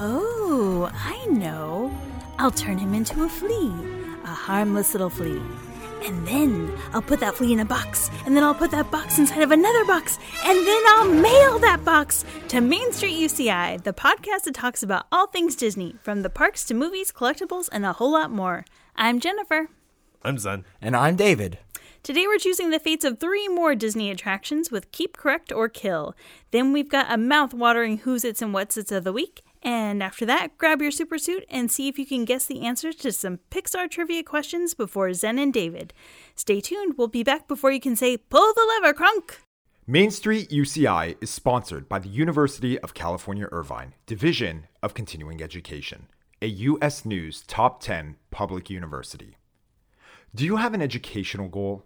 Oh, I know. I'll turn him into a flea, a harmless little flea. And then I'll put that flea in a box, and then I'll put that box inside of another box, and then I'll mail that box to Main Street UCI, the podcast that talks about all things Disney, from the parks to movies, collectibles, and a whole lot more. I'm Jennifer. I'm Zen. And I'm David. Today we're choosing the fates of three more Disney attractions with Keep Correct or Kill. Then we've got a mouth-watering Who's Its and What's Its of the week. And after that, grab your super suit and see if you can guess the answers to some Pixar trivia questions before Zen and David. Stay tuned, we'll be back before you can say, Pull the lever, Crunk! Main Street UCI is sponsored by the University of California Irvine, Division of Continuing Education, a U.S. News Top 10 public university. Do you have an educational goal?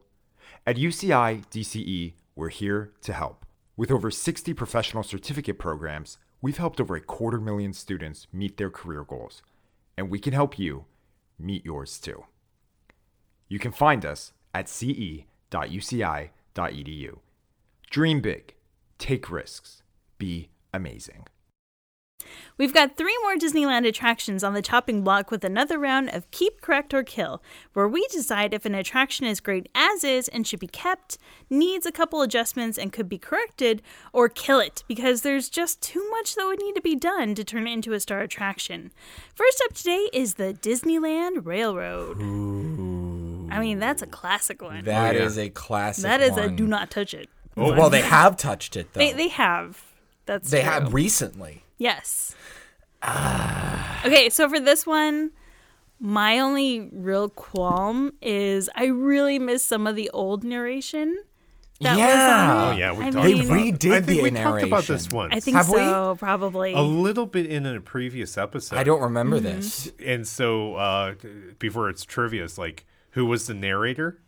At UCI DCE, E, we're here to help. With over 60 professional certificate programs, we've helped over a quarter million students meet their career goals, and we can help you meet yours too. You can find us at E ce.uci.edu. Dream big, take risks, be amazing. We've got three more Disneyland attractions on the chopping block with another round of Keep Correct or Kill, where we decide if an attraction is great as is and should be kept, needs a couple adjustments and could be corrected, or kill it because there's just too much that would need to be done to turn it into a star attraction. First up today is the Disneyland Railroad. I mean, that's a classic one. That Oh, yeah. is a classic. that is a one. do not touch it. Oh, well, they have touched it though. They, they have. That's They true. have recently. Yes. okay, so for this one, my only real qualm is I really miss some of the old narration. That Yeah. Was on Oh it. yeah, we I talked mean, about. They redid I think the we talked about this narration. once. I think Have we? so, probably. a little bit in a previous episode. I don't remember Mm-hmm. this. And so uh, before it's trivia, it's like who was the narrator?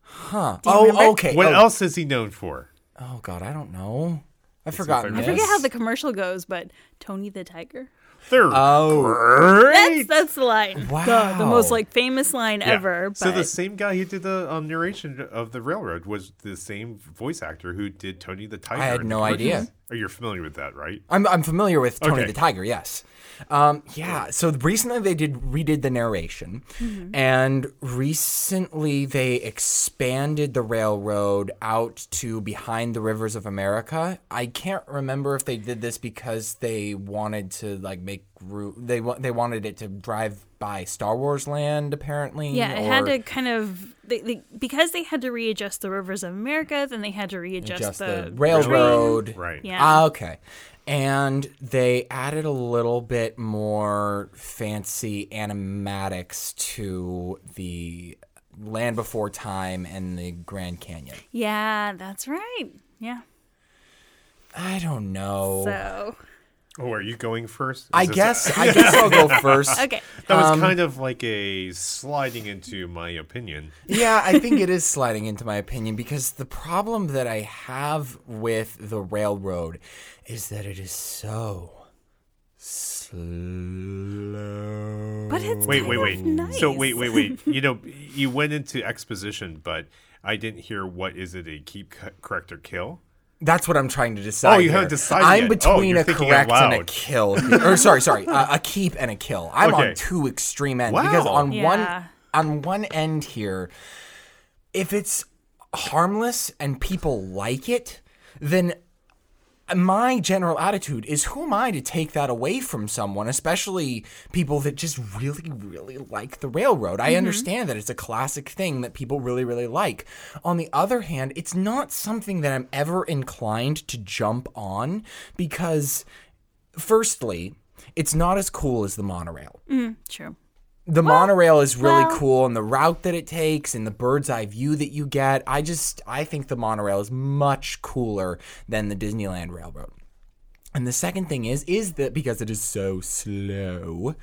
Huh. you Oh, remember? okay. What oh. else is he known for? Oh God, I don't know. I've forgotten. I I forget how the commercial goes, but Tony the Tiger. Third. Oh. That's that's the line. The, the Wow. most like famous line ever. But So the same guy who did the um, narration of the railroad was the same voice actor who did Tony the Tiger. I had in the no cartoons. idea. Are you familiar with that, right? I'm I'm familiar with Tony Okay. the Tiger. Yes. Um, yeah. So recently they did redid the narration, Mm-hmm. and recently they expanded the railroad out to behind the rivers of America. I can't remember if they did this because they wanted to like make ru- they wa- they wanted it to drive by Star Wars Land apparently. yeah, it had or- to kind of they, they, because they had to readjust the rivers of America, then they had to readjust just the the, railroad. Right. Yeah. Ah, okay. And they added a little bit more fancy animatics to the Land Before Time and the Grand Canyon. Yeah, that's right. Yeah. I don't know. So Oh, are you going first? Is I this- guess um, I guess I'll go first. okay. that was kind of like a sliding into my opinion. yeah, I think it is sliding into my opinion because the problem that I have with the railroad is that it is so slow. But it's Wait, wait, wait. Nice. So wait, wait, wait. You know, you went into exposition, but I didn't hear what is it a keep co- correct or kill? That's what I'm trying to decide. Oh, you here. haven't decided I'm yet. Oh, between you're a thinking out correct and a loud. kill, or sorry, sorry, a, a keep and a kill. I'm Okay. on two extreme ends because Wow. on Yeah. one on one end here, if it's harmless and people like it, then my general attitude is who am I to take that away from someone, especially people that just really, really like the railroad? I understand that it's a classic thing that people really, really like. On the other hand, it's not something that I'm ever inclined to jump on because, firstly, it's not as cool as the monorail. True. The monorail is really well- cool and the route that it takes and the bird's eye view that you get. I just I think the monorail is much cooler than the Disneyland Railroad. And the second thing is is that because it is so slow,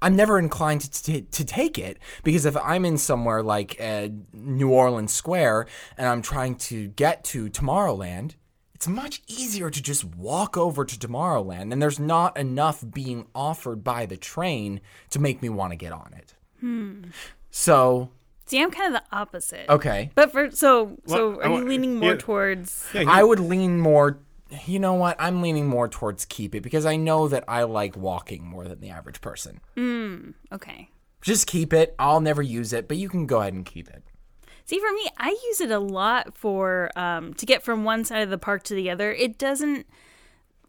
I'm never inclined to, to, to take it because if I'm in somewhere like uh, New Orleans Square and I'm trying to get to Tomorrowland, it's much easier to just walk over to Tomorrowland, and there's not enough being offered by the train to make me want to get on it. So See, I'm kind of the opposite. Okay. But for so so, Well, are I you want- leaning more yeah. towards? Yeah, he- I would lean more. You know what? I'm leaning more towards keep it because I know that I like walking more than the average person. Okay. Just keep it. I'll never use it, but you can go ahead and keep it. See, for me, I use it a lot for um, to get from one side of the park to the other. It doesn't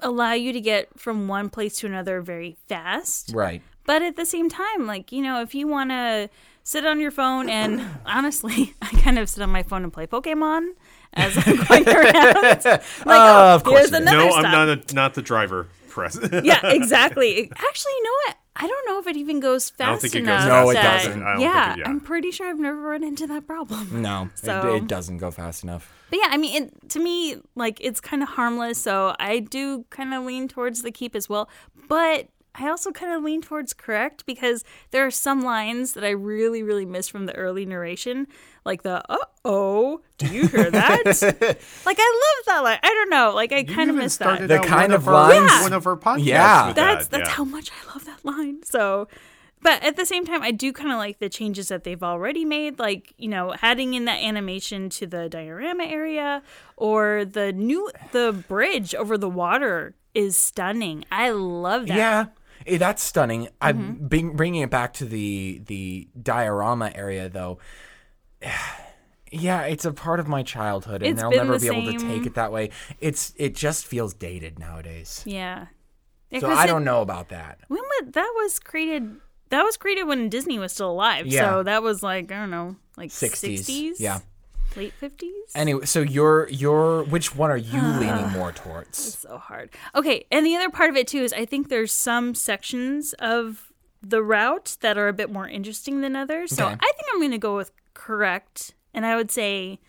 allow you to get from one place to another very fast. Right. But at the same time, like, you know, if you want to sit on your phone and honestly, I kind of sit on my phone and play Pokemon as I'm going around. Like, Ah, oh, of course here's you do. another no, stop. I'm not a, not the driver. Press. yeah, exactly. It- Actually, you know what? I don't know if it even goes fast I don't think it goes enough. No, it that- doesn't. I don't think yeah, it- yeah. I'm pretty sure I've never run into that problem. No, So- it, it doesn't go fast enough. But yeah, I mean, it, to me, like it's kind of harmless, so I do kind of lean towards the keep as well. But I also kind of lean towards correct because there are some lines that I really, really miss from the early narration, like the "uh oh, do you hear that?" like I love that line. I don't know, like I You kind of even miss that. started The out one kind of our- lines- one of our podcasts. Yeah. with that's that, that's yeah. how much I love that line. So, but at the same time, I do kind of like the changes that they've already made, like you know, adding in that animation to the diorama area or the new the bridge over the water is stunning. I love that. Yeah, eh, that's stunning. Mm-hmm. I'm bring, bringing it back to the the diorama area though. Yeah, it's a part of my childhood, and It's I'll been never the be able to take same. it that way. It's it just feels dated nowadays. yeah. Yeah, So 'cause I it- don't know about that. When was, that was created? That was created when Disney was still alive. Yeah. So that was like I don't know, like 60s, 60s, yeah. late 50s. Anyway, so your your which one are you leaning more towards? so hard. Okay, and the other part of it too is I think there's some sections of the route that are a bit more interesting than others. So Okay. I think I'm going to go with correct, and I would say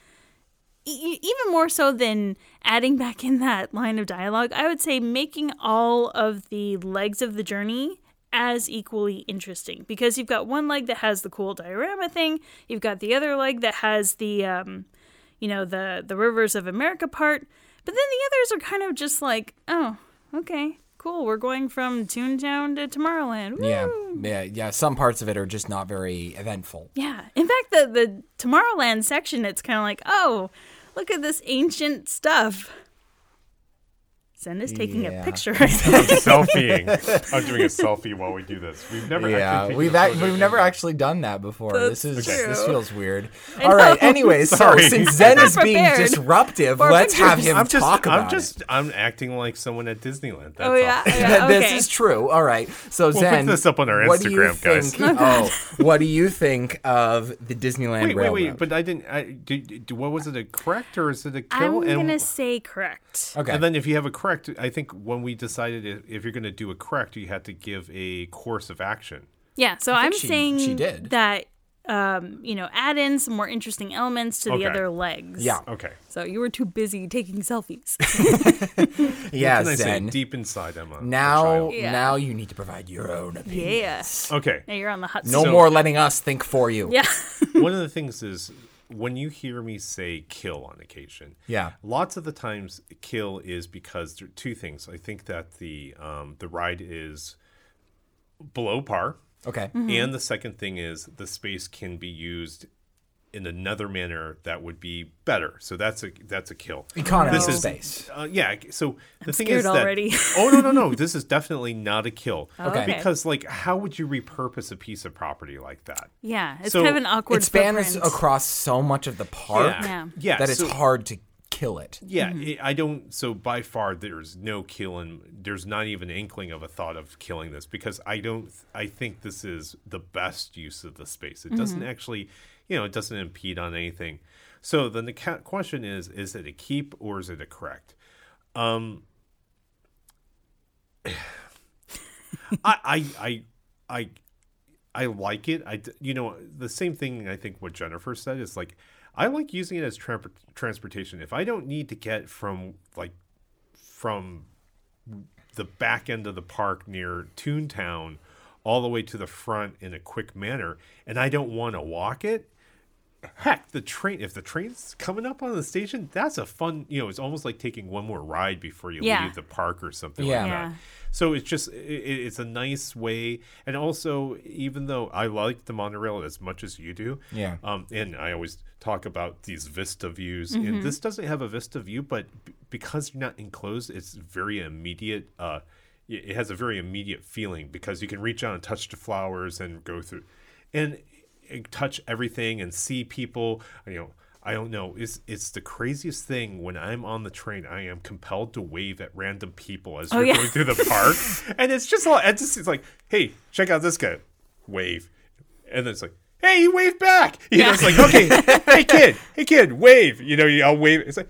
e- even more so than adding back in that line of dialogue, I would say making all of the legs of the journey as equally interesting because you've got one leg that has the cool diorama thing, you've got the other leg that has the um, you know the the rivers of america part but then the others are kind of just like oh okay cool we're going from toontown to tomorrowland Woo. Yeah, yeah, yeah. Some parts of it are just not very eventful. yeah in fact the the tomorrowland section it's kind of like oh look at this ancient stuff Zen is taking Yeah. a picture I think. selfieing. I'm doing a selfie while we do this. We've never actually Yeah, taken we've a ac photo we've in- never actually done that before. this is That's this true. feels weird. All right. know. Anyways, so Sorry. since Zen not is being prepared disruptive, for let's have pictures. him I'm just. talk about I'm just. I'm acting like someone at Disneyland. That's oh yeah, All. it. yeah This okay. is true. All right. So put Zen, this up on our what do you Instagram, guys. Think, oh, what do you think of the Disneyland Wait, wait, Railroad? wait! But I didn't. I, do, do, what was it? A correct or is it a i'm kill? gonna and, say correct okay. and then if you have a correct, I think when we decided if, if you're gonna do a correct, you had to give a course of action. Yeah, so think I'm she- saying she did. that um, you know, add in some more interesting elements to Okay. the other legs. Yeah. Okay. So you were too busy taking selfies. yeah, Can I say Zen. deep inside Emma? a now, child. Yeah. now you need to provide your own opinion. yeah. Okay. Now you're on the hot No seat. more letting us think for you. Yeah. one of the things is when you hear me say kill on occasion Yeah. lots of the times kill is because there are two things i think that the um, the ride is below par Okay. Mm-hmm. and the second thing is the space can be used in another manner that would be better so that's a that's a kill Economy This of is- space. uh, yeah. So the thing scared is that already. Oh, oh no no no, this is definitely not a kill. Okay. Okay. Because like, how would you repurpose a piece of property like that? Yeah. It's So kind of an awkward It spans footprint. across so much of the park Yeah. Yeah, that it's so- hard to kill it. Yeah, Mm-hmm. i I don't. So by far, there's no killing. There's not even an inkling of a thought of killing this because I don't. I think this is the best use of the space. It doesn't Mm-hmm. actually, you know, it doesn't impede on anything. So then the ca- question is: Is it a keep or is it a correct? Um, I, I, I, I I like it. I d- you know the same thing I think what Jennifer said is like I like using it as tramp transportation. If I don't need to get from like from the back end of the park near Toontown all the way to the front in a quick manner and I don't want to walk it, heck, the train if the train's coming up on the station, that's a fun. You know, it's almost like taking one more ride before you Yeah. leave the park or something Yeah. like that. Yeah. So it's just i- i it's a nice way, and also even though I like the monorail as much as you do, Yeah. um, and I always talk about these vista views, and this doesn't have a vista view, but b- because you're not enclosed, it's very immediate. Uh, i- it has a very immediate feeling because you can reach out and touch the flowers and go through, and i- touch everything and see people. You know, I don't know. It's it's the craziest thing when I'm on the train. I am compelled to wave at random people as we're yeah. going through the park, and it's just like it's, just, it's like, hey, check out this guy, wave, and then it's like, hey, you wave back. You know, it's like, okay, hey kid, hey kid, wave. You know, you- I'll wave. It's like,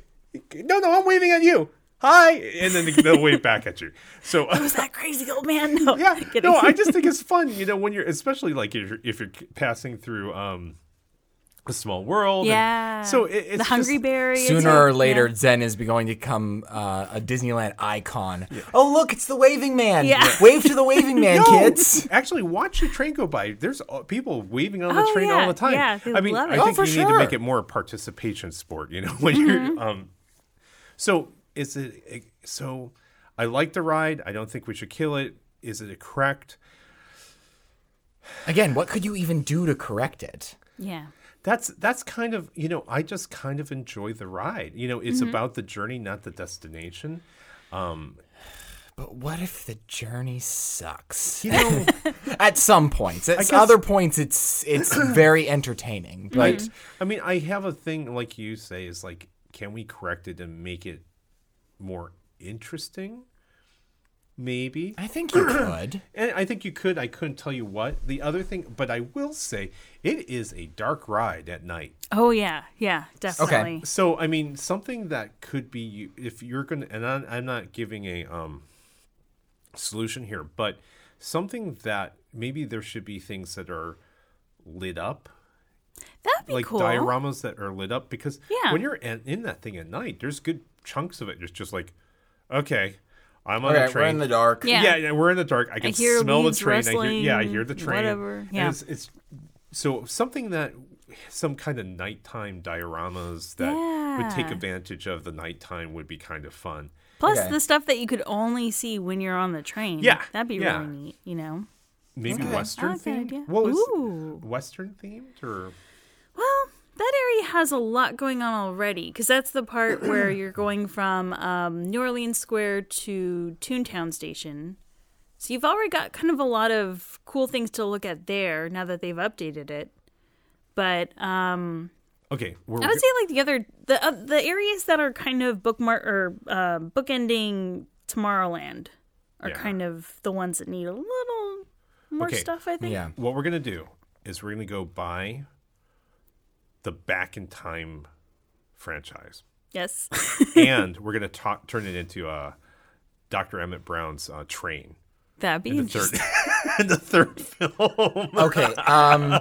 no, no, I'm waving at you. Hi, and then they'll wave back at you. So Was that crazy old man? No, yeah, kidding. no, I just think it's fun. You know, when you're especially like if you're, if you're passing through um a small world. and- yeah. so it, it's the Hungry just- Bear. is Sooner it? or later, Yeah. Zen is going to become uh, a Disneyland icon. Oh, look, it's the waving man. Yeah. Yeah. Wave to the waving man, No, kids. actually, watch the train go by. There's uh, people waving on the Oh, train yeah, all the time. yeah, they I mean, love it. I Oh, think for you need to make sure. it more a participation sport. You know, when Mm-hmm. you're um, so is it it- so? I like the ride. I don't think we should kill it. Is it correct? Again, what could you even do to correct it? Yeah. that's that's kind of you know i just kind of enjoy the ride you know it's Mm-hmm. about the journey not the destination But what if the journey sucks? you know At some points, at guess- other points, it's it's very entertaining. But right i mean i have a thing like you say is like can we correct it and make it more interesting maybe I think you could. and i think you could i couldn't tell you what the other thing but i will say it is a dark ride at night Oh yeah. Yeah. Definitely. so i mean something that could be u- if you're gonna and I'm, I'm not giving a um solution here but something that maybe there should be things that are lit up That'd be like cool. dioramas that are lit up because Yeah. when you're in, in that thing at night there's good chunks of it it's just like okay i'm on a train dark. Yeah. yeah. yeah, we're in the dark. I can hear smell the leaves train. I hear, yeah, I rustling, hear the train. whatever. And Yeah. It's, it's so something that some kind of nighttime dioramas that would take Yeah. advantage of the nighttime would be kind of fun. Plus Okay. the stuff that you could only see when you're on the train. Yeah, That'd be yeah. really neat. You know. Maybe I western like that idea. themed. What was Ooh. western themed or Well, that area has a lot going on already because that's the part where you're going from um, New Orleans Square to Toontown Station. So you've already got kind of a lot of cool things to look at there now that they've updated it. But um, okay? We're, I would say like the other the uh, the areas that are kind of bookmark or uh, bookending Tomorrowland are Yeah. kind of the ones that need a little more Okay. stuff. I think. Yeah. what we're gonna do is we're gonna go by the back in time franchise. Yes. and we're gonna talk, turn it into uh, Dr. Emmett Brown's uh, train. That'd be in the interesting. third in the third film. Okay. Um,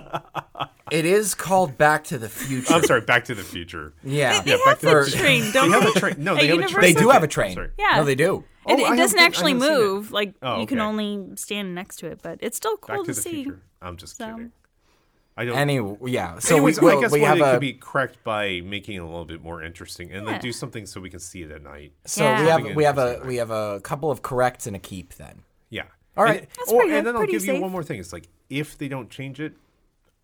it is called Back to the Future. I'm sorry, Back to the Future. Yeah. Yeah, Back to the have the Future. train, don't they have they? a train. No, At they have a Universal? train. They do have a train. Sorry. Yeah. No, they do. It, Oh, I it haven't doesn't seen- I actually haven't seen it. move. Like Oh, you can okay. only stand next to it, but it's still cool Back to, to the see. Future. I'm just So- kidding. I don't. Anyway, yeah. So Anyways, we, will I guess we one have it a could be correct by making it a little bit more interesting, and Yeah. then do something so we can see it at night. so Yeah. we have Something we have a interesting. we have a couple of corrects and a keep then. Yeah. And- All right. That's or- pretty- and then I'll pretty give you safe. one more thing. It's like if they don't change it,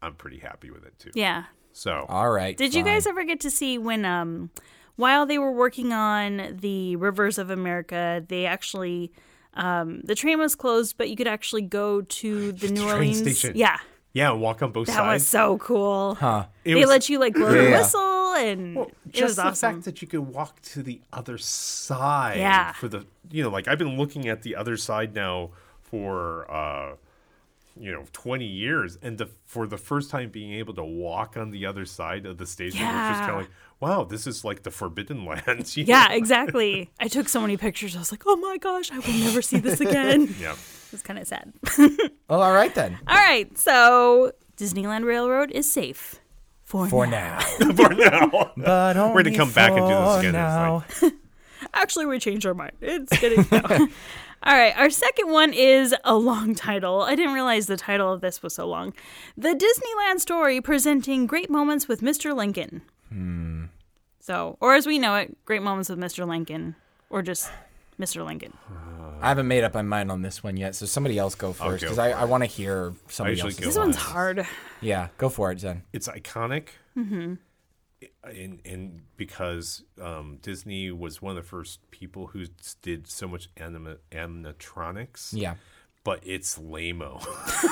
I'm pretty happy with it too. Yeah. So All right. Did you fine. guys ever get to see when um while they were working on the Rivers of America, they actually um the train was closed, but you could actually go to the New train Orleans station. Yeah. yeah, walk on both That sides. was so cool. Huh. It they was- let you like blow the Yeah. whistle and it just was the awesome. fact that you could walk to the other side Yeah. for the you know like i've been looking at the other side now for uh you know 20 years and the, for the first time being able to walk on the other side of the station which is kind Yeah. of like wow this is like the forbidden land you yeah, know? exactly. I took so many pictures. I was like, "Oh my gosh, I will never see this again." yeah It was kind of sad. Well, all right then. All right, so Disneyland Railroad is safe for, For now. now. for now But we're gonna come back and do this again It's like, actually, we changed our mind. It's getting no. All right, our second one is a long title. I didn't realize the title of this was so long. The Disneyland Story presenting Great Moments with Mr. Lincoln. Hmm. So, or as we know it, Great Moments with Mr. Lincoln, or just Mr. Lincoln. I haven't made up my mind on this one yet, so somebody else go first go because I, I want to hear somebody usually else. go This one's hard. Yeah, go for it, Zen. it's iconic and and because um, Disney was one of the first people who s- did so much anima- animatronics. Yeah. But it's lame-o.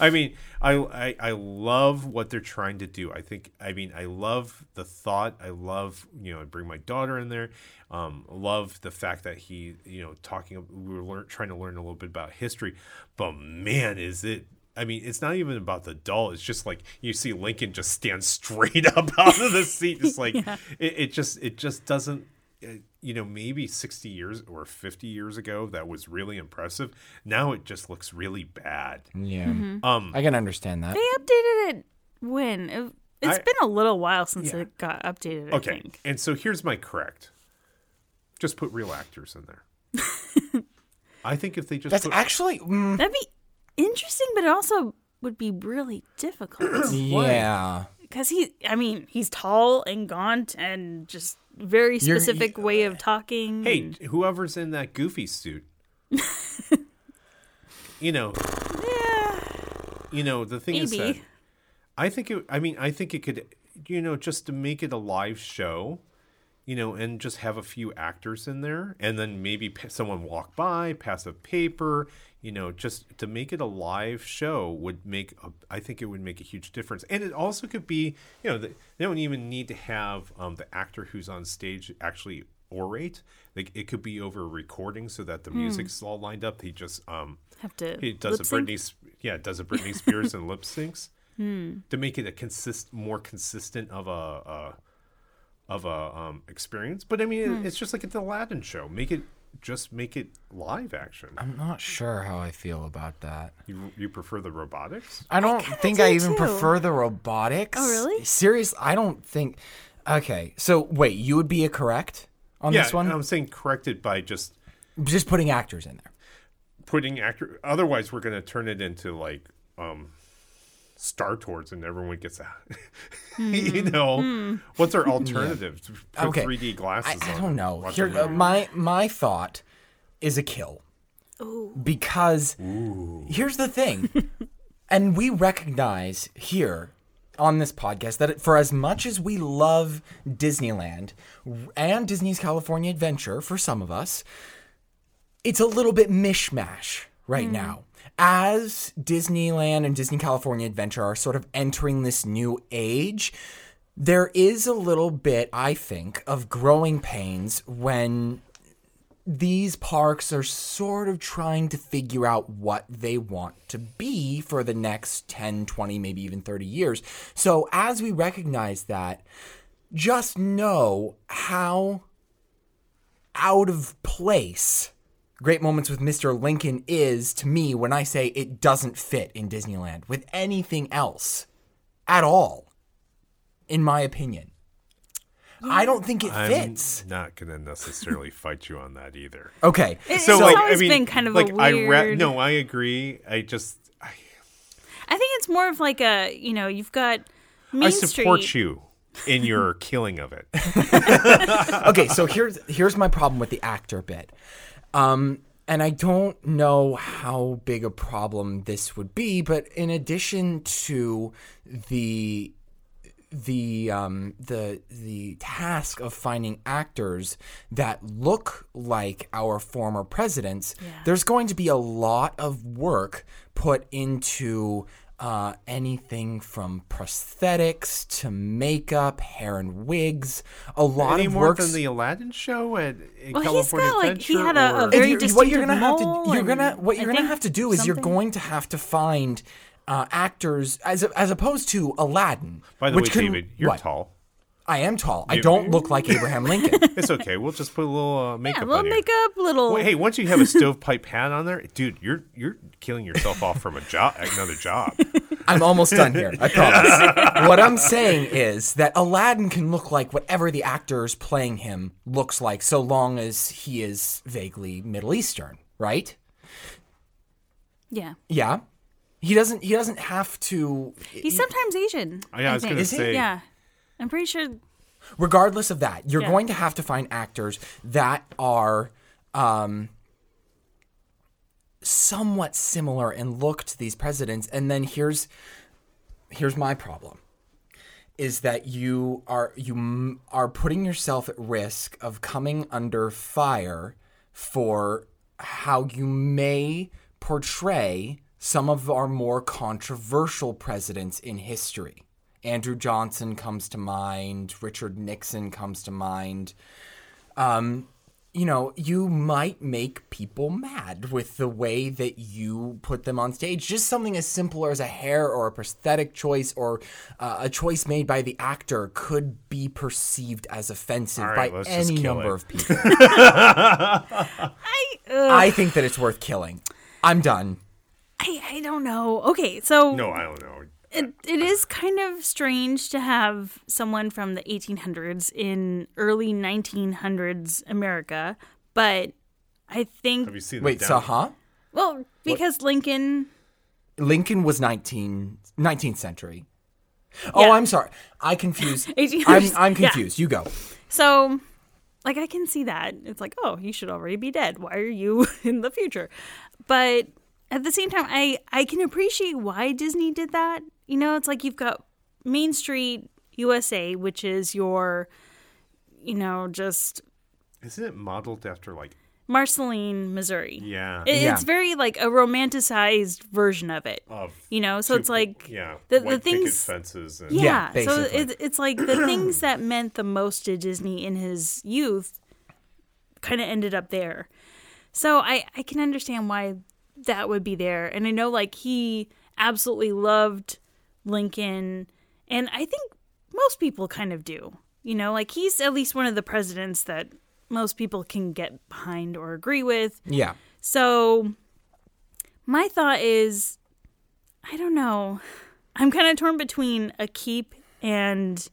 I mean, I, I I love what they're trying to do. I think I mean I love the thought. I love you know I bring my daughter in there. Um, love the fact that he you know talking. We were learn, trying to learn a little bit about history, but man, is it. I mean, it's not even about the doll. It's just like you see Lincoln just stand straight up out of the seat. It's like it, it just it just doesn't uh, you know, maybe 60 years or 50 years ago, that was really impressive. Now it just looks really bad. Yeah. Mm-hmm. Um, I can understand that. They updated it when? It- It's I- been a little while since it got updated, I Okay. think. And so here's my correct just put real actors in there. I think if they just That's put, actually. Mm, That'd be interesting, but it also would be really difficult. yeah. Because he, I mean, he's tall and gaunt and just very You're- specific way of talking. hey, and- whoever's in that goofy suit, you know, yeah, you know, the thing is that Maybe. I think it, I mean, I think it could, you know, just to make it a live show, you know, and just have a few actors in there, and then maybe p- someone walk by, pass a paper, you know, just to make it a live show would make, a, I think it would make a huge difference, and it also could be, you know, the, they don't even need to have um, the actor who's on stage actually orate. Like it could be over a recording so that the music's all lined up. He just um have to. he does a lip sync. Britney, Sp- yeah, does a Britney Spears and lip syncs Hmm. to make it a consist more consistent of a, a of a um, experience. But I mean, Hmm. it- it's just like at the Aladdin show. Make it just make it live action. I'm not sure how I feel about that. You you prefer the robotics? I don't think do I even too. prefer the robotics. Oh, really? Serious? I don't think. Okay, so wait, you would be a correct on yeah, um, this one? I'm saying correct it by just Just putting actors in there. putting actor. Otherwise, we're gonna turn it into like um, Star Tours, and everyone gets a, Hmm. you know, what's our alternative? Put Okay. 3D I, glasses I on. don't and know. watch a Here, uh, movie. my my thought is a kill because here's the thing, and we recognize here on this podcast that it, for as much as we love Disneyland and Disney's California Adventure for some of us, it's a little bit mishmash right now. As Disneyland and Disney California Adventure are sort of entering this new age, there is a little bit, I think, of growing pains when these parks are sort of trying to figure out what they want to be for the next 10, 20, maybe even 30 years. So, as we recognize that, just know how out of place Great Moments with Mr. Lincoln is to me when I say it doesn't fit in Disneyland with anything else at all, in my opinion. I don't think it I'm fits. not going to necessarily fight you on that either. okay. It- it's always been kind of a like I ra- weird- no, I agree. I just I, I think it's more of like a, you know, you've got Main I support Street. you in your killing of it. okay, so here's here's my problem with the actor bit. Um and I don't know how big a problem this would be, but in addition to the the um the the task of finding actors that look like our former presidents, there's going to be a lot of work put into uh, anything from prosthetics to makeup, hair and wigs, a lot Any of more work than the Aladdin show at in Well, he's California got, like, he Adventure had a- a very- or- If what distinctive you're gonna have to mole you're gonna and what you're I gonna think have to do is you're something. going to have to find uh, actors as as opposed to Aladdin. By the which way, can- David, you're what? tall. I am tall. I don't look like Abraham Lincoln. It's okay. We'll just put a little uh, makeup Yeah, little on you. makeup, little. Wait, hey, once you have a stovepipe hat on there, dude, you're you're killing yourself off from a job, another job. I'm almost done here. I promise. what I'm saying is that Aladdin can look like whatever the actor is playing him looks like, so long as he is vaguely Middle Eastern, right? Yeah. Yeah. He doesn't. He doesn't have to. He's sometimes Asian. Yeah, I was think. gonna say. Yeah. I'm pretty sure regardless of that, you're Yeah. going to have to find actors that are um, somewhat similar in look to these presidents. And then here's here's my problem: is that you are you m- are putting yourself at risk of coming under fire for how you may portray some of our more controversial presidents in history. Andrew Johnson comes to mind, Richard Nixon comes to mind. Um, you know, you might make people mad with the way that you put them on stage. Just something as simple as a hair or a prosthetic choice or uh, a choice made by the actor could be perceived as offensive All right, by let's just any kill number it. of people. I I think that it's worth killing. I'm done. I, I don't know. Okay, so No, I don't know. it, it is kind of strange to have someone from the 1800s in early 1900s America, but I Have think you seen? Wait, the so down- huh? well because Lincoln Lincoln was 19, 19th century. Oh, Yeah. I'm sorry. I confused. 1800s. I'm, I'm Yeah. confused. You go. So, like, I can see that. It's like, oh, you should already be dead. Why are you in the future? But at the same time, I, I can appreciate why Disney did that. You know, it's like you've got Main Street USA, which is your, you know, just Isn't it modeled after like? Marceline, Missouri. Yeah. It- Yeah. It's very like a romanticized version of it. Of you know, so two- it's like Oh, yeah, the, white the picket things fences and yeah, Yeah, so basically. it, it's like the things that meant the most to disney in his youth kind of ended up there so I, I can understand why that would be there and i know like he absolutely loved lincoln and i think most people kind of do you know like he's at least one of the presidents that most people can get behind or agree with Yeah. so my thought is I don't know. I'm kind of torn between a keep and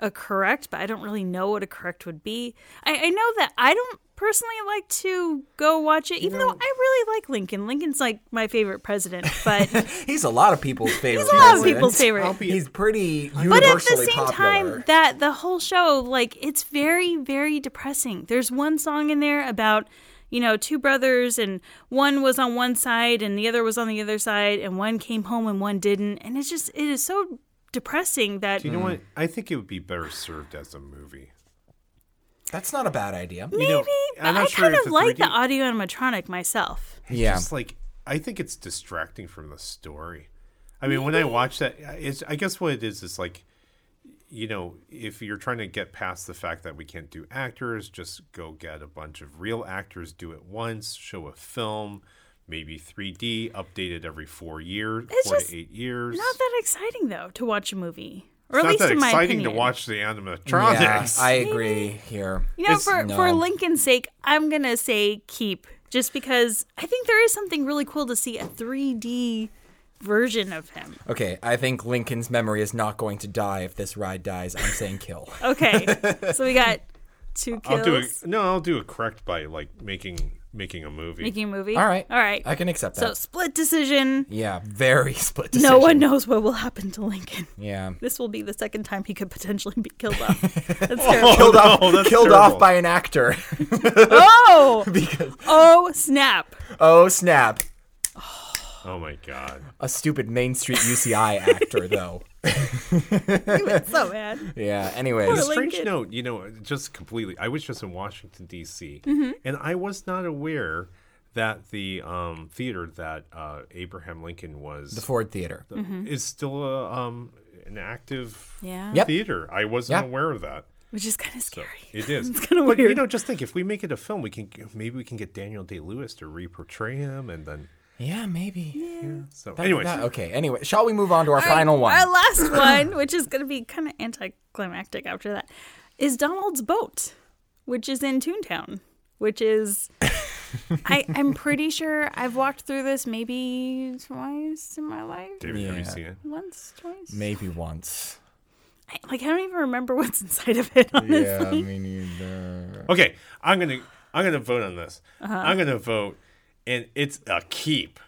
a correct, but I don't really know what a correct would be. I, I know that I don't personally like to go watch it, even though I really like Lincoln. Lincoln's like my favorite president, but He's a lot of people's favorite. a lot of president. people's favorite. I'll He's pretty but at the universally same popular. time that the whole show like it's very very depressing there's one song in there about you know two brothers and one was on one side and the other was on the other side and one came home and one didn't and it's just it is so depressing that You know what? I think it would be better served as a movie. That's not a bad idea. Maybe, you know, but i kind of like the audio animatronic myself Yeah. Just like I think it's distracting from the story. I mean, when I watch that, it's I guess what it is is like, you know, if you're trying to get past the fact that we can't do actors, just go get a bunch of real actors, do it once, show a film, maybe 3D, updated every four years, It's four just to eight years. not that exciting though to watch a movie or at It's not least that in my exciting opinion to watch the Yeah, animatronics. I agree here. You know, It's- for, No. for Lincoln's sake, I'm going to say keep, just because I think there is something really cool to see a 3D version of him. Okay, I think Lincoln's memory is not going to die if this ride dies. I'm saying kill. Okay. so we got two kills. I'll do it. No, I'll do it correct by like making making a movie. Making a movie. All right. All right. I can accept so that. split decision. yeah, very split decision. No one knows what will happen to Lincoln. Yeah. This will be the second time he could potentially be killed off. That's terrible. Killed, off, no, that's killed terrible. off by an actor. Oh! oh, snap. oh, snap. oh my god. A stupid Main Street UCI actor, though. He was so mad. Yeah, On a anyways. Poor strange Lincoln. note, you know, just completely. I was just in Washington D.C. Mm-hmm. and I was not aware that the um, theater that uh, Abraham Lincoln was The Ford Theater. is still a, um, an active Mm-hmm. Yeah. Yep. theater. I wasn't Yeah. aware of that. Which is kind of So scary. it is. It's kinda but you weird. know, just think if we make it a film, we can maybe we can get Daniel Day Lewis to reportray him, and then Yeah, maybe. so That- anyways, that- okay, anyway, shall we move on to our final one? Our last one, which is going to be kind of anticlimactic after that, is Donald's boat, which is in Toontown, which is I, I'm pretty sure I've walked through this maybe twice in my life. David, have Yeah. you seen it? Once, twice. Maybe once. I, like I don't even remember what's inside of it. Honestly. me neither. Okay, I'm gonna I'm gonna vote on this. I'm gonna vote, and it's a keep.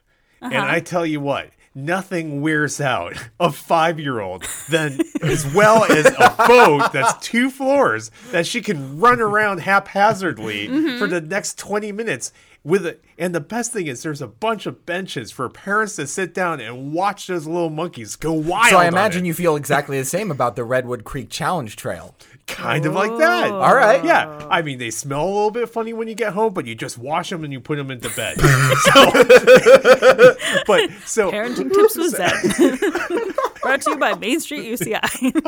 And I tell you what, nothing wears out a five year old than as well as a boat that's two floors that she can run around haphazardly for the next twenty minutes. With a, and the best thing is there's a bunch of benches for parents to sit down and watch those little monkeys go wild. So I on imagine it. you feel exactly the same about the Redwood Creek Challenge Trail. kind of like that. All right. Yeah, I mean they smell a little bit funny when you get home, but you just wash them and you put them into bed. so, but so Parenting tips was that. Brought to you by Main Street UCI.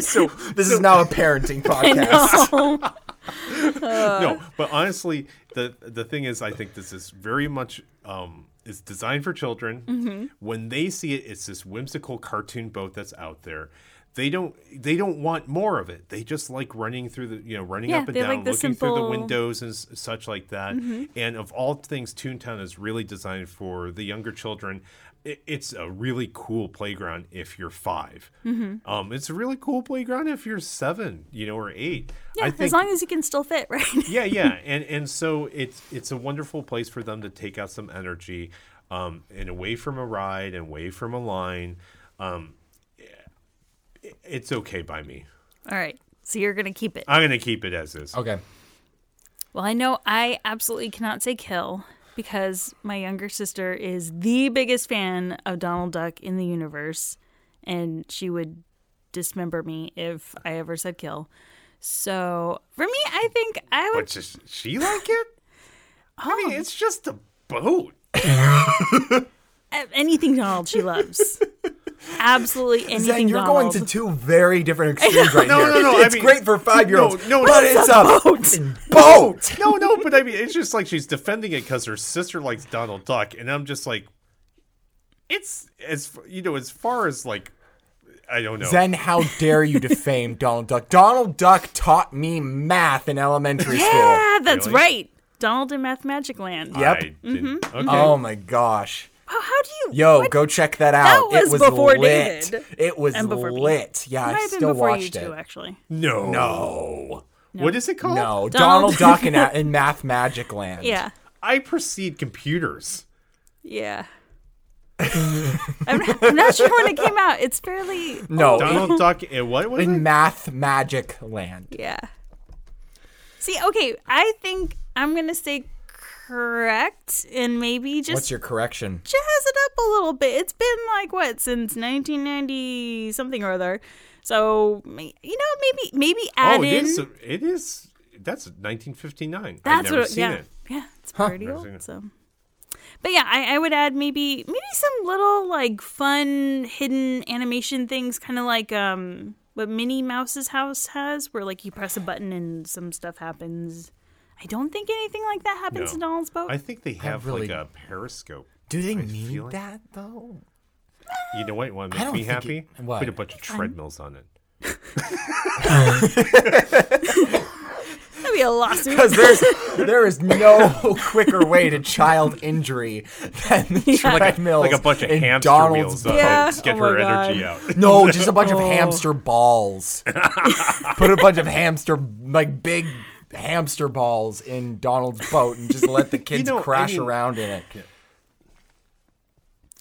so This is now a parenting podcast. no. Uh. no, but honestly, the the thing is, I think this is very much um, it's designed for children. Mm-hmm. When they see it, it's this whimsical cartoon boat that's out there. They don't they don't want more of it. They just like running through the you know running Yeah, up and they down, like the looking through the simple- Mm-hmm. windows and s- such like that. And of all things, Toontown is really designed for the younger children. I- It's a really cool playground if you're 5 Mm-hmm. Um, it's a really cool playground if you're seven, you know, or eight. I Yeah, think as long as you can still fit, right? yeah yeah and and so it's it's a wonderful place for them to take out some energy um and away from a ride and away from a line um i- it's okay by me All right. So you're gonna keep it. i'm gonna keep it as is okay. Well, I know I absolutely cannot say kill because my younger sister is the biggest fan of Donald Duck in the universe, and she would dismember me if I ever said kill. So for me, I think I but would. does she like it i mean Oh. it's just a boat anything Donald she loves. Absolutely anything Zen, you're Donald. going to two very different extremes right No, here. no, no, I It's mean- great for five year olds. No, no, but it's it's a boat. boat. no no but i mean it's just like she's defending it because her sister likes donald duck and i'm just like it's as you know as far as like i don't know Zen, how dare you defame Donald Duck? Donald Duck taught me math in elementary school. yeah, that's Really? right. Donald in Math Magic Land. yep. I didn't- okay Oh my gosh. Wow, how do you? Yo, what- go check that out. That it was was before lit. David. It was And before me. lit. Might Yeah, I have been still before you watched two, it. actually. No. No. What is it called? No, Donald, Donald- Duck in, a- in Math Magic Land. Yeah. I precede computers. Yeah. I'm not, I'm not sure when it came out. It's fairly No, Oh, Donald Duck and what was in it? Math Magic Land. yeah. See, okay, I think I'm gonna say correct and maybe just What's your correction? jazz it up a little bit. It's been like what since 1990 something or other. So ma- you know, maybe maybe add oh, it in. is. It is. That's 1959. I've that's never what. seen yeah, it. yeah, it's pretty Never seen old. it. So. But yeah, I, I would add maybe maybe some little like fun hidden animation things, kind of like um what Minnie Mouse's house has, where like you press a button and some stuff happens. I don't think anything like that happens No. in Donald's boat. I think they have really- like a periscope. Do they I need feel like- that though? You know what? You want to I make don't me think happy? it- what? Put a bunch of treadmills on it. That'd be a lawsuit. Because there's there is no quicker way to child injury than the treadmills Like a bunch of in hamster Donald's wheels on boat. Yeah. it to get Oh my her energy God. out. No, just a Oh. bunch of hamster balls. Put a bunch of hamster, like big hamster balls in Donald's boat and just let the kids know, I crash mean- around in it.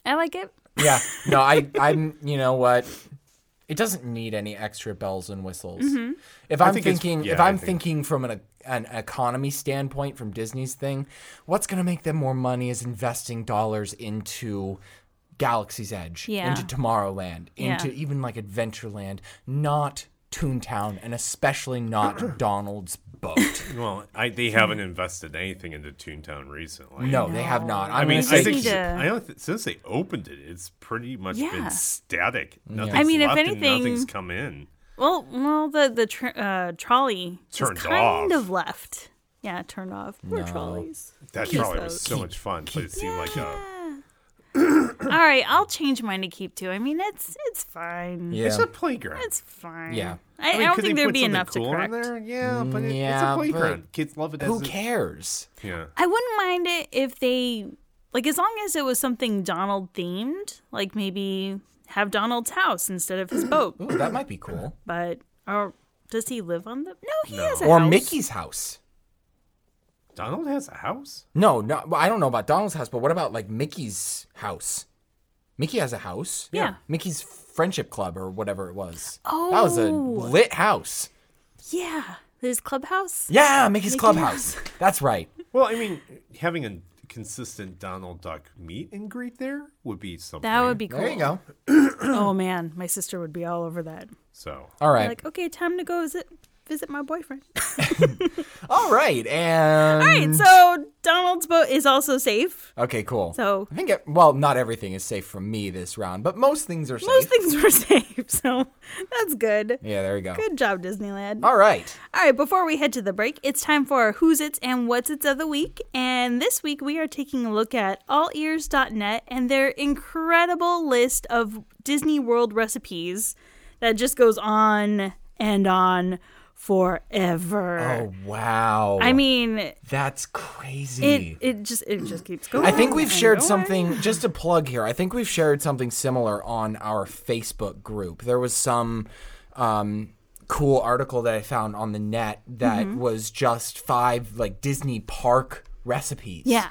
I like it. Yeah. No, I, I'm, you know what? It doesn't need any extra bells and whistles. Mm-hmm. If I'm think it's- thinking, if yeah, I I'm think- thinking from an, an economy standpoint, from Disney's thing, what's going to make them more money is investing dollars into Galaxy's Edge, Yeah. into Tomorrowland, Yeah. into even like Adventureland, not Toontown, and especially not Donald's boat. Well, I, they haven't invested anything into Toontown recently. No, they have not. I I'm mean, gonna I say just think need to- I don't th- since they opened it, it's pretty much Yeah. been static. Nothing's I mean, if left and anything- nothing's come in. Well, well, the the tr- uh, trolley is Turned kind off. of left. Yeah, turned off. Poor trolleys. That Keep trolley those. uh, was so much fun, but it seemed like a All right, I'll change mine to keep two. I mean, it's it's fine. Yeah. It's a playground. It's fine. Yeah. I, I, mean, don't could they think there'd put be something enough to cool correct. on there. Yeah, but it, Yeah, but it's a playground. Kids love it. As Who a- cares? Yeah. I wouldn't mind it if they like as long as it was something Donald themed, like maybe have Donald's house instead of his boat. Ooh, that might be cool. But or does he live on the? No, he has a Or house. Mickey's house. Donald has a house. No, no, well, I don't know about Donald's house, but what about like Mickey's house? Mickey has a house. Yeah. Mickey's friendship club or whatever it was. Oh. That was a Oh. lit house. Yeah, his clubhouse. Yeah, Mickey's Mickey clubhouse. That's right. Well, I mean, having a consistent Donald Duck meet and greet there would be something. That would be cool. There you go. Oh man, my sister would be all over that. so. All right. Like, okay, time to go visit visit my boyfriend. All right. And All right, so Donald's boat is also safe. Okay, cool. So- I think it, well, not everything is safe from me this round, but most things are safe. Most things were safe, so that's good. yeah, there you go. Good job, Disneyland. All right. All right, before we head to the break, it's time for our Who's It's and What's It's of the Week. And this week we are taking a look at allears.net and their incredible list of Disney World recipes that just goes on and on forever. Oh wow. I mean, that's it crazy. it just it just keeps going. I think we've and shared going. something, just a plug here. I think we've shared something similar on our Facebook group. There was some um, cool article that I found on the net that Mm-hmm. was just five like Disney park recipes. Yeah.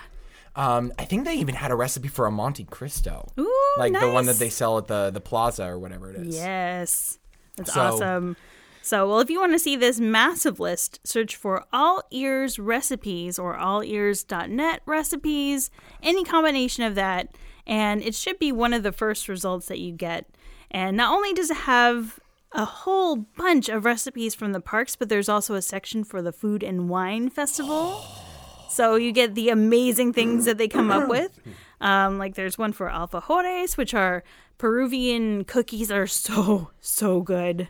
Um, I think they even had a recipe for a Monte Cristo. Ooh, like the one nice. that they sell at the, the plaza or whatever it is. Yes. That's So- awesome. So, well, if you want to see this massive list, search for All Ears Recipes or allears.net recipes, any combination of that, and it should be one of the first results that you get. And not only does it have a whole bunch of recipes from the parks, but there's also a section for the Food and Wine Festival. So you get the amazing things that they come up with. Um, like there's one for alfajores, which are Peruvian cookies that are so so good.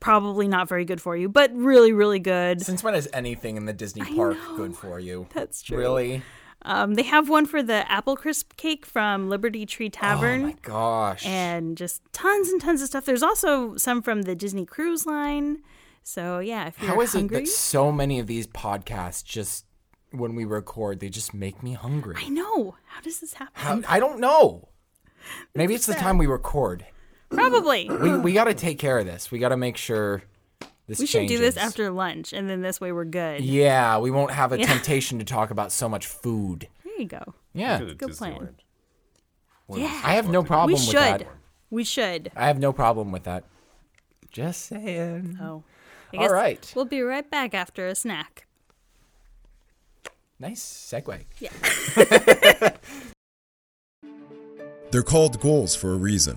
Probably not very good for you, but really really good. Since when is anything in the Disney park good for you? That's true. Really? Oh Um, they have one for the apple crisp cake from Liberty Tree Tavern. Oh My gosh. and just tons and tons of stuff. There's also some from the Disney Cruise Line. So yeah, if you're How is hungry, it that so many of these podcasts just when we record they just make me hungry? I know. How does this happen? How- I don't know. Maybe it's the time we record. Probably. We we got to take care of this. We got to make sure this We should do this changes. after lunch, and then this way we're good. Yeah, we won't have a temptation to talk about so much food. There you go. Yeah. Good Good plan. I have no problem We with should. that. We should. I have no problem with that. Just saying. Oh. I Mm-hmm. All guess right. We'll be right back after a snack. Nice segue. They're called goals for a reason.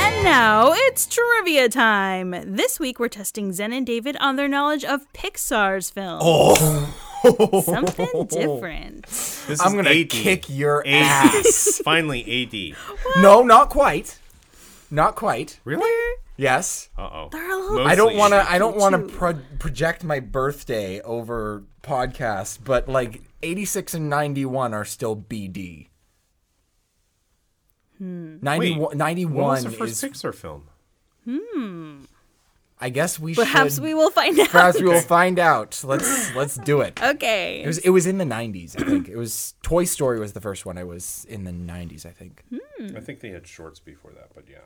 And now it's trivia time. This week we're testing Zen and David on their knowledge of Pixar's film. Oh. Something different. This I'm is going to AD. kick your AD. ass. Finally, AD. no, not quite. Not quite. Really? Yes. Uh oh. They're a little- I don't want to. to. I don't want Too. to pro- project my birthday over podcast, but like 86 and 91 are still BD. Hmm. 91, What was 91 the first is. Pixar film? I guess we Perhaps should. we will find out. Perhaps we will find out. Let's let's do it. okay. It was it was in the 90s. I think it was Toy Story was the first one. I was in the 90s. I think. Hmm? I think they had shorts before that, but yeah.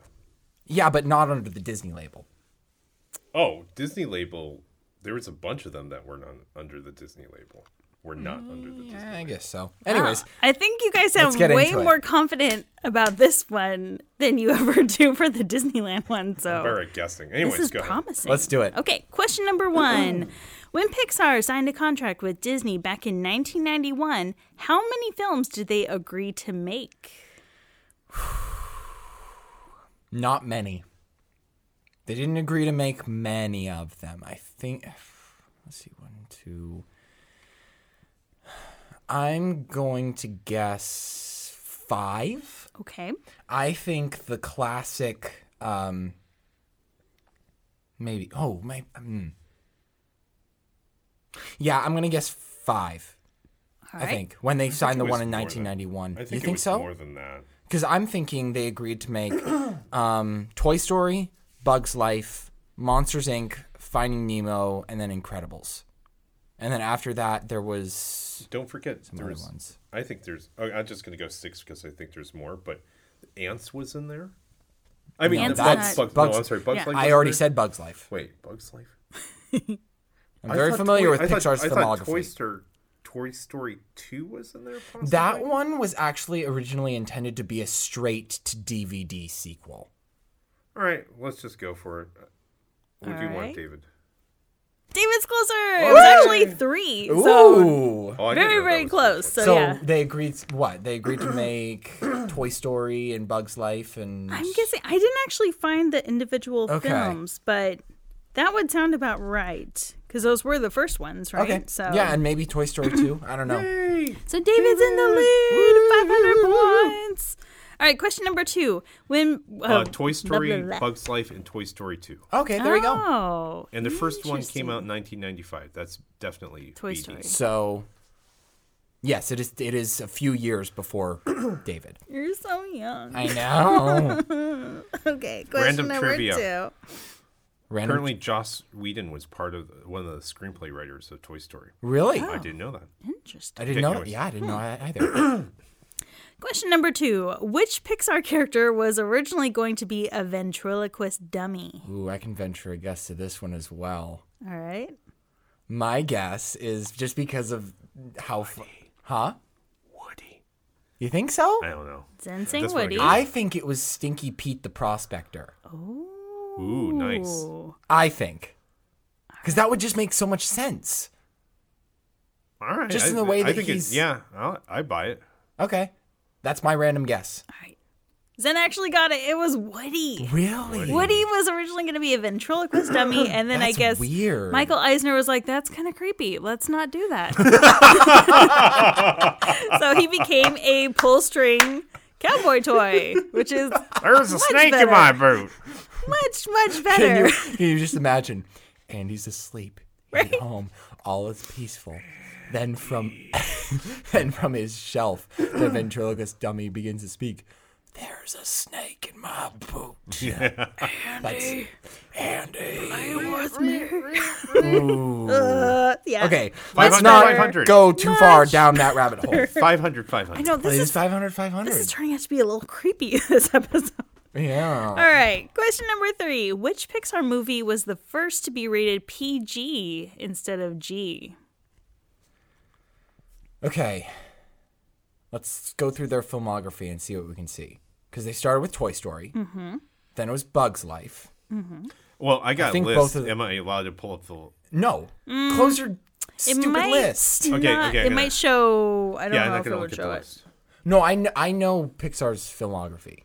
Yeah, but not under the Disney label. Oh, Disney label. There was a bunch of them that weren't on, under the Disney label. We're not Mm, under the Disney. I guess so. Anyways, I think you guys sound get way into it. more confident about this one than you ever do for the Disneyland one. So Very guessing. Anyways, This is go ahead. promising. Let's do it. Okay, question number one. When Pixar signed a contract with Disney back in 1991, how many films did they agree to make? not many. They didn't agree to make many of them. I think. Let's see, one, two. I'm going to guess five. Okay. I think the classic, um, maybe. Oh, my. mm. Yeah, I'm gonna guess five. All I right. think when they signed the it one was in more than- 1991. I think you it think was so? More than that. Because I'm thinking they agreed to make um, Toy Story, Bugs Life, Monsters Inc., Finding Nemo, and then Incredibles. And then after that, there was Don't forget, other there's. ones. I think there's. oh, I'm just gonna go six because I think there's more. But ants was in there. I mean, Ants the not- bugs, bugs, No, Bugs- I'm sorry. Bugs Yeah. Life I was already in there? said Bugs Life. Wait, Bugs Life. I'm I very thought familiar Toy- with I thought- Pixar's I thought Toy filmography. Story, Toy Story Two was in there. Possibly? That one was actually originally intended to be a straight to DVD sequel. All right, let's just go for it. What do you Alright. want, David? David's closer. It was actually three. So Ooh. Oh, I very, didn't know that very was close. So, So yeah. they agreed. What they agreed to make Toy Story and Bugs Life and I'm guessing I didn't actually find the individual Okay. films, but that would sound about right because those were the first ones, right? okay. So yeah, and maybe Toy Story two. I don't know. So David's in the lead, 500 points. All right, question number two. When um, Uh, Toy Story, Oh, blah, blah, blah. Bugs Life, and Toy Story Two. Okay, there we go. Oh, And the first one came out in 1995. That's definitely Toy BD. Story. So, yes, it is. It is a few years before David. You're so young. I know. Okay, question Random number trivia. two. Random- Apparently, Joss Whedon was part of one of the screenplay writers of Toy Story. really, Oh. I didn't know that. I Interesting. didn't know. Didn't know it. Yeah, I didn't know that either. Question number two. Which Pixar character was originally going to be a ventriloquist dummy? Ooh, I can venture a guess to this one as well. All right. My guess is just because of how, fu- huh? Woody. You think so? I don't know. Sensing That's what I Woody. I think it was Stinky Pete the Prospector. Ooh, nice. Ooh. I think. Because that would just make so much sense. All right. Just I- in the way I that think it- he's- yeah, I'll, I buy it. Okay. That's my random guess. All right. Zen actually got it. It was Woody. Really? Woody was originally going to be a ventriloquist dummy, and then That's I guess weird. Michael Eisner was like, "That's kind of creepy. Let's not do that." so he became a pull string cowboy toy, which is There's a Much snake in better. my boot. much much Can better. you, can you just imagine? Andy's asleep. He's at home. All is peaceful. Then from then from his shelf, the ventriloquist dummy begins to speak. There's a snake in my boot. Andy. Andy. Uh, yeah. Okay, let's 500, not 500. go too far Much down that rabbit hole. I 500, 500. know this It is is 500, 500. this is turning out to be a little creepy this episode. yeah. All right, question number three: Which Pixar movie was the first to be rated PG instead of G? Okay. Let's go through their filmography and see what we can see. Because they started with Toy Story. Mm-hmm. Then it was Bug's Life. Well, I got I think lists. both of- Am I allowed to pull up the No. Close your stupid might list. Not, Okay, okay, it I got might it. show. I don't Yeah, I'm know not if going it to would look at the show it. list. No, I, kn- I know Pixar's filmography.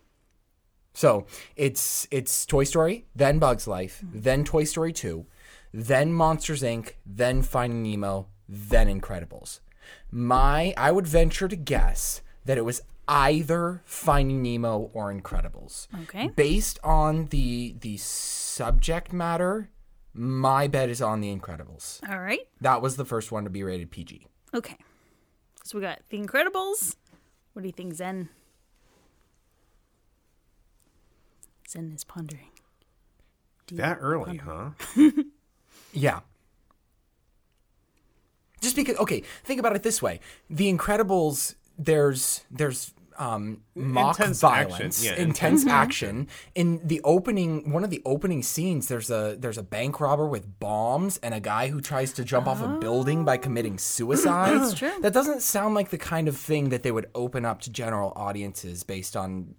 So it's it's Toy Story, then Bug's Life, then Toy Story 2, then Monsters Inc., then Finding Nemo, then Incredibles. My I would venture to guess that it was either Finding Nemo or Incredibles. Okay. Based on the the subject matter, my bet is on the Incredibles. All right. That was the first one to be rated PG. Okay. So we got The Incredibles. What do you think, Zen? Zen is pondering. That early, huh? Yeah. Just because okay, think about it this way. The Incredibles there's there's um, mock Intense action. violence, Yeah, intense action. In the opening, one of the opening scenes, there's a there's a bank robber with bombs and a guy who tries to jump off a building by committing suicide. That's true. That doesn't sound like the kind of thing that they would open up to general audiences based on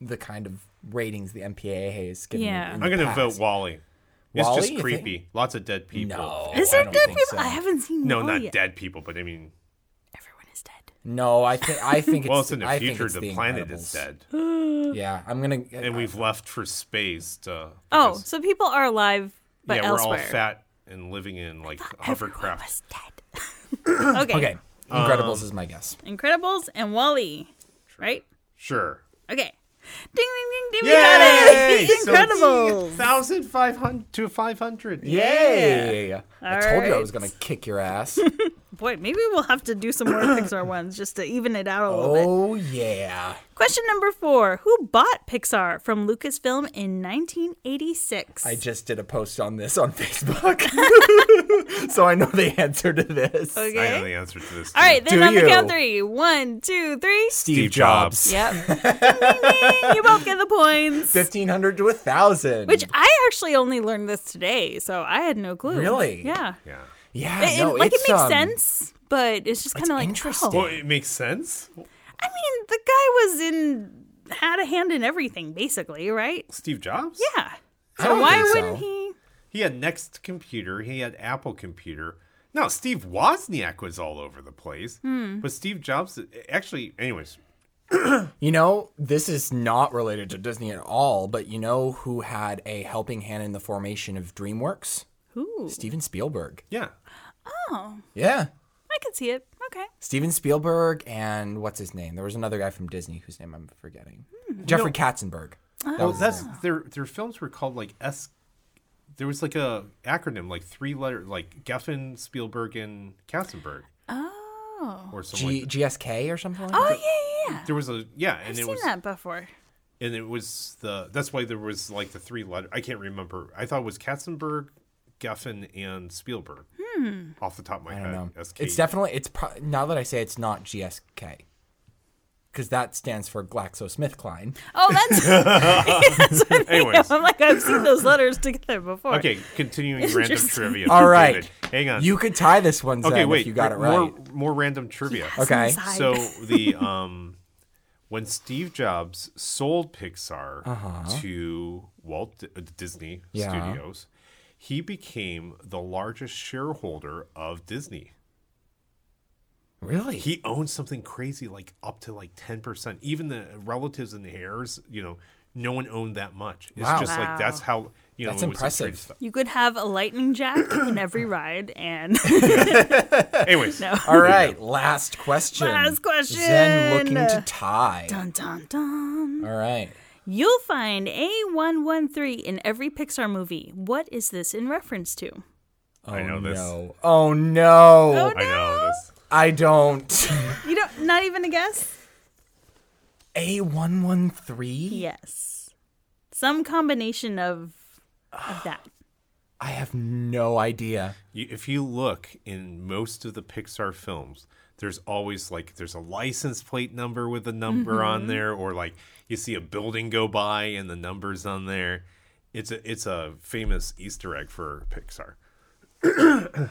the kind of ratings the MPAA has given. it Yeah. in the I'm going to past. vote Wally. It's Wally, you just think? creepy. Lots of dead people. No, Is Oh, I there don't dead think people? so. I haven't seen No, Wall not yet. dead people, but I mean, Everyone is dead. No, I think I think it's well, it's in the I think future. it's The, planet Incredibles. is dead, Yeah, I'm gonna. and we've left for space. To, Oh, because- so people are alive, but yeah, elsewhere. we're all fat and living in like Everyone hovercraft. was dead. okay. okay. um, Incredibles is my guess. Incredibles and Wally, right? Sure. Okay. Ding ding ding ding. Yay! We got it. Incredibles. Thousand five hundred to five hundred. Yay! I All told you I right. was gonna kick your ass. Boy, maybe we'll have to do some more Pixar ones just to even it out a little bit. oh yeah. Question number four: Who bought Pixar from Lucasfilm in 1986? I just did a post on this on Facebook, so I know the answer to this. I know okay. the answer to this. All right, then Do on the count you? three: one, two, three. Steve, Steve Jobs. Yep. ding, ding, ding. You both get the points. Fifteen hundred to a thousand. Which I actually only learned this today, so I had no clue. Really? Yeah. too. Yeah. yeah, It- it- no, like it it's, makes um, sense, but it's just kind of like interesting. oh. Well, it makes sense. I mean, the guy was in had a hand in everything, basically, right? Steve Jobs. Yeah. I don't So why think so. wouldn't he? He had Next Computer. He had Apple Computer. Now Steve Wozniak was all over the place, Hmm. but Steve Jobs actually. Anyways, You know, this is not related to Disney at all, but you know who had a helping hand in the formation of DreamWorks? Ooh, Steven Spielberg. yeah. Yeah. I could see it. Okay. Steven Spielberg and what's his name? There was another guy from Disney whose name I'm forgetting. Hmm. Jeffrey Katzenberg. Oh. Well, that's their their films were called like S. There was like a acronym, like three letter, like Geffen, Spielberg, and Katzenberg, Oh. or something. G- like GSK or something like Oh that? yeah, yeah. yeah. that. There was a yeah, and I've it seen was that before. and it was the that's why there was like the three letter. I can't remember. I thought it was Katzenberg, Geffen, and Spielberg. Hmm. Off the top of my I head, E. don't know. SK. It's definitely, it's pro- now that I say it's not GSK. Because that stands for GlaxoSmithKline. Oh, that's, that's what I know. Anyways. I'm like I've seen those letters together before. okay. Continuing random Oh, Interesting. trivia. All from right. David. hang on. You could tie this one, okay, Zen, wait. if you got it right. more, More random trivia. Okay. Inside. So the um, when Steve Jobs sold Pixar to Walt D- uh, Disney Uh-huh. Yeah. Studios, he became the largest shareholder of Disney. Really? He owned something crazy, like up to like ten percent. Even the relatives and the heirs, you know, no one owned that much. It's Wow. just Wow. like that's how you know. That's it was this impressive. crazy stuff. You could have a lightning jack in every ride, and Anyways, All right, last question. Last question. Zen looking to tie. dun dun dun. All right. You'll find A113 in every Pixar movie. What is this in reference to? Oh, I know this. No. Oh no. Oh, I know this. I don't. You don't not even a guess? A one one three. Yes. Some combination of of that. I have no idea. You, if you look in most of the Pixar films, there's always like there's a license plate number with a number on there, or like you see a building go by and the numbers on there. It's a it's a famous Easter egg for Pixar.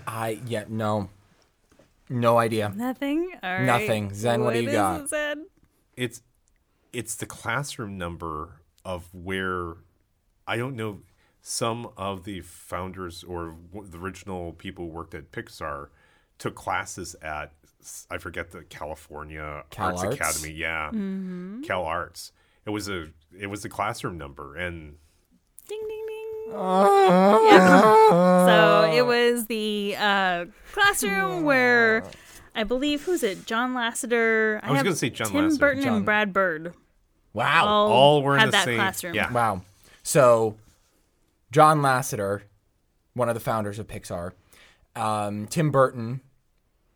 I yeah no. No idea. Nothing? All right. Nothing. Zen, what do you is got? it, Zen? It's it's the classroom number of where I don't know some of the founders or w- the original people who worked at Pixar took classes at I forget the California Cal Arts Arts? Academy. Yeah, Mm-hmm. Cal Arts. It was a it was the classroom number, and Ding ding ding. Ah. Yeah. So it was the uh, classroom where I believe who's it? John Lasseter. was have gonna say John Tim Lasseter. Burton John- and Brad Bird. Wow. All, all were in had the that same classroom. Yeah, Wow. So, John Lasseter, one of the founders of Pixar, um, Tim Burton.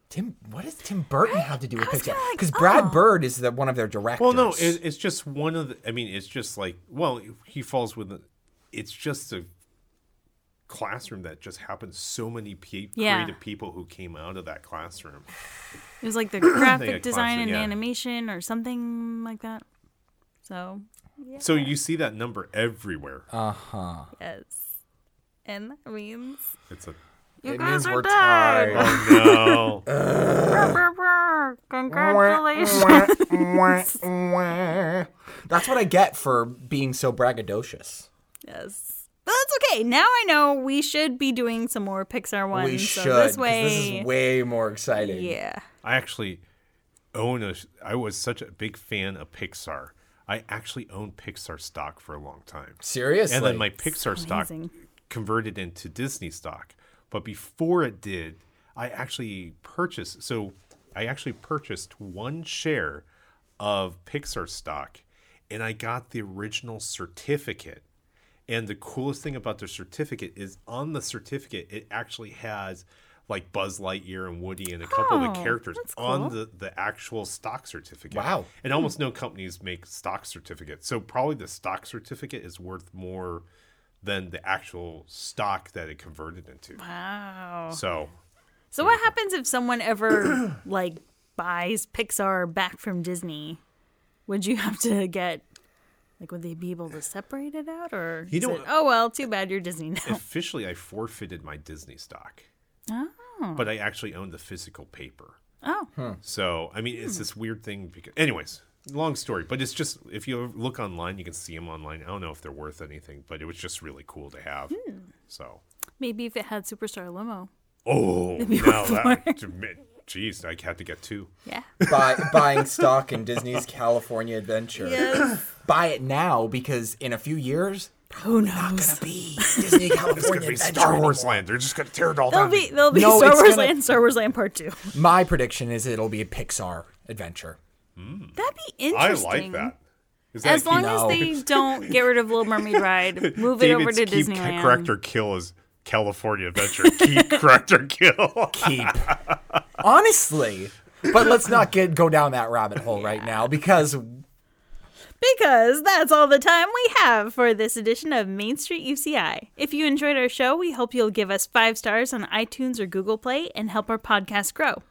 Tim, what does Tim Burton have to do with Pixar? kinda like, oh. Because Brad Bird is the, one of their directors. Well, no, it, it's just one of the. I mean, it's just like well, he falls with. It's just a classroom that just happened so many pe- Yeah. creative people who came out of that classroom. It was like the graphic classic, design and yeah. animation or something like that. So, So you see that number everywhere. yes. And that means. it's a You It guys means are we're dead! tied. no. Congratulations! That's what I get for being so braggadocious. yes. But that's okay. Now I know we should be doing some more Pixar ones. we so should. This 'cause way. is way more exciting. yeah. I actually own a. I was such a big fan of Pixar. I actually owned Pixar stock for a long time. Seriously. and then my Pixar stock amazing. converted into Disney stock. But before it did, I actually purchased. So I actually purchased one share of Pixar stock, and I got the original certificate. And the coolest thing about the certificate is on the certificate, it actually has like Buzz Lightyear and Woody and a couple of the Oh, characters that's cool. on the, the actual stock certificate. Wow. And almost no companies make stock certificates. So probably the stock certificate is worth more than the actual stock that it converted into. Wow. So So what happens if someone ever like buys Pixar back from Disney? Would you have to get like would they be able to separate it out or You is know- it, oh well, too bad you're Disney now. officially, I forfeited my Disney stock, oh. but I actually own the physical paper. Oh. Hmm. So I mean, it's this weird thing. Because, anyways, long story, but it's just if you look online, you can see them online. I don't know if they're worth anything, but it was just really cool to have. Hmm. So Maybe if it had Superstar Limo. oh, now that jeez, I had to get two. Yeah. Buy, buying stock in Disney's California Adventure. Yes. Buy it now because in a few years, Who knows? it's gonna be Disney It's California gonna be Adventure Star Wars anymore. Land. They're just gonna tear it all There'll down. be there'll be No, Star it's Wars gonna- Land, Star Wars Land Part Two. My prediction is it'll be a Pixar adventure. That'd be I interesting. like that. Is that As long No. as they don't get rid of Little Mermaid Ride, move it over to keep Disneyland. correct or kill is California Adventure. keep correct or kill. Keep. Honestly. But let's not get go down that rabbit hole right now because Because that's all the time we have for this edition of Main Street UCI. If you enjoyed our show, we hope you'll give us five stars on iTunes or Google Play and help our podcast grow.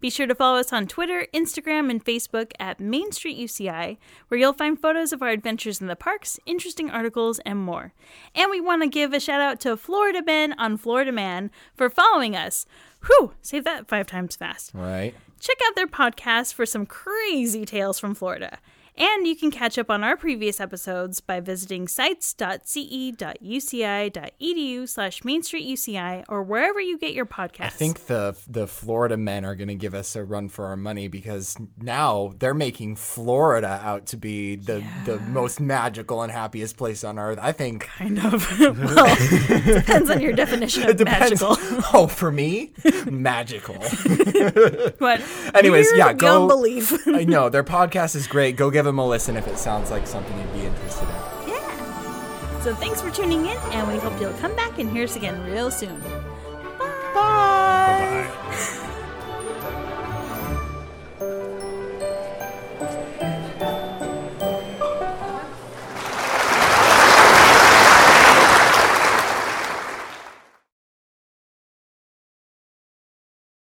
Be sure to follow us on Twitter, Instagram, and Facebook at Main Street UCI, where you'll find photos of our adventures in the parks, interesting articles, and more. And we want to give a shout out to Florida Ben on Florida Man for following us. Whew, say that five times fast right. check out their podcast for some crazy tales from Florida. And you can catch up on our previous episodes by visiting sites.ce.uci.edu slash Main Street UCI or wherever you get your podcasts. I think the the Florida men are going to give us a run for our money because now they're making Florida out to be the the most magical and happiest place on earth. I think kind of. well, depends on your definition of it depends. magical. Oh, for me, magical. But Anyways, weird yeah, go- beyond belief. I know their podcast is great. Go give them a listen if it sounds like something you'd be interested in. yeah. So thanks for tuning in, and we hope you'll come back and hear us again real soon. Bye. Bye.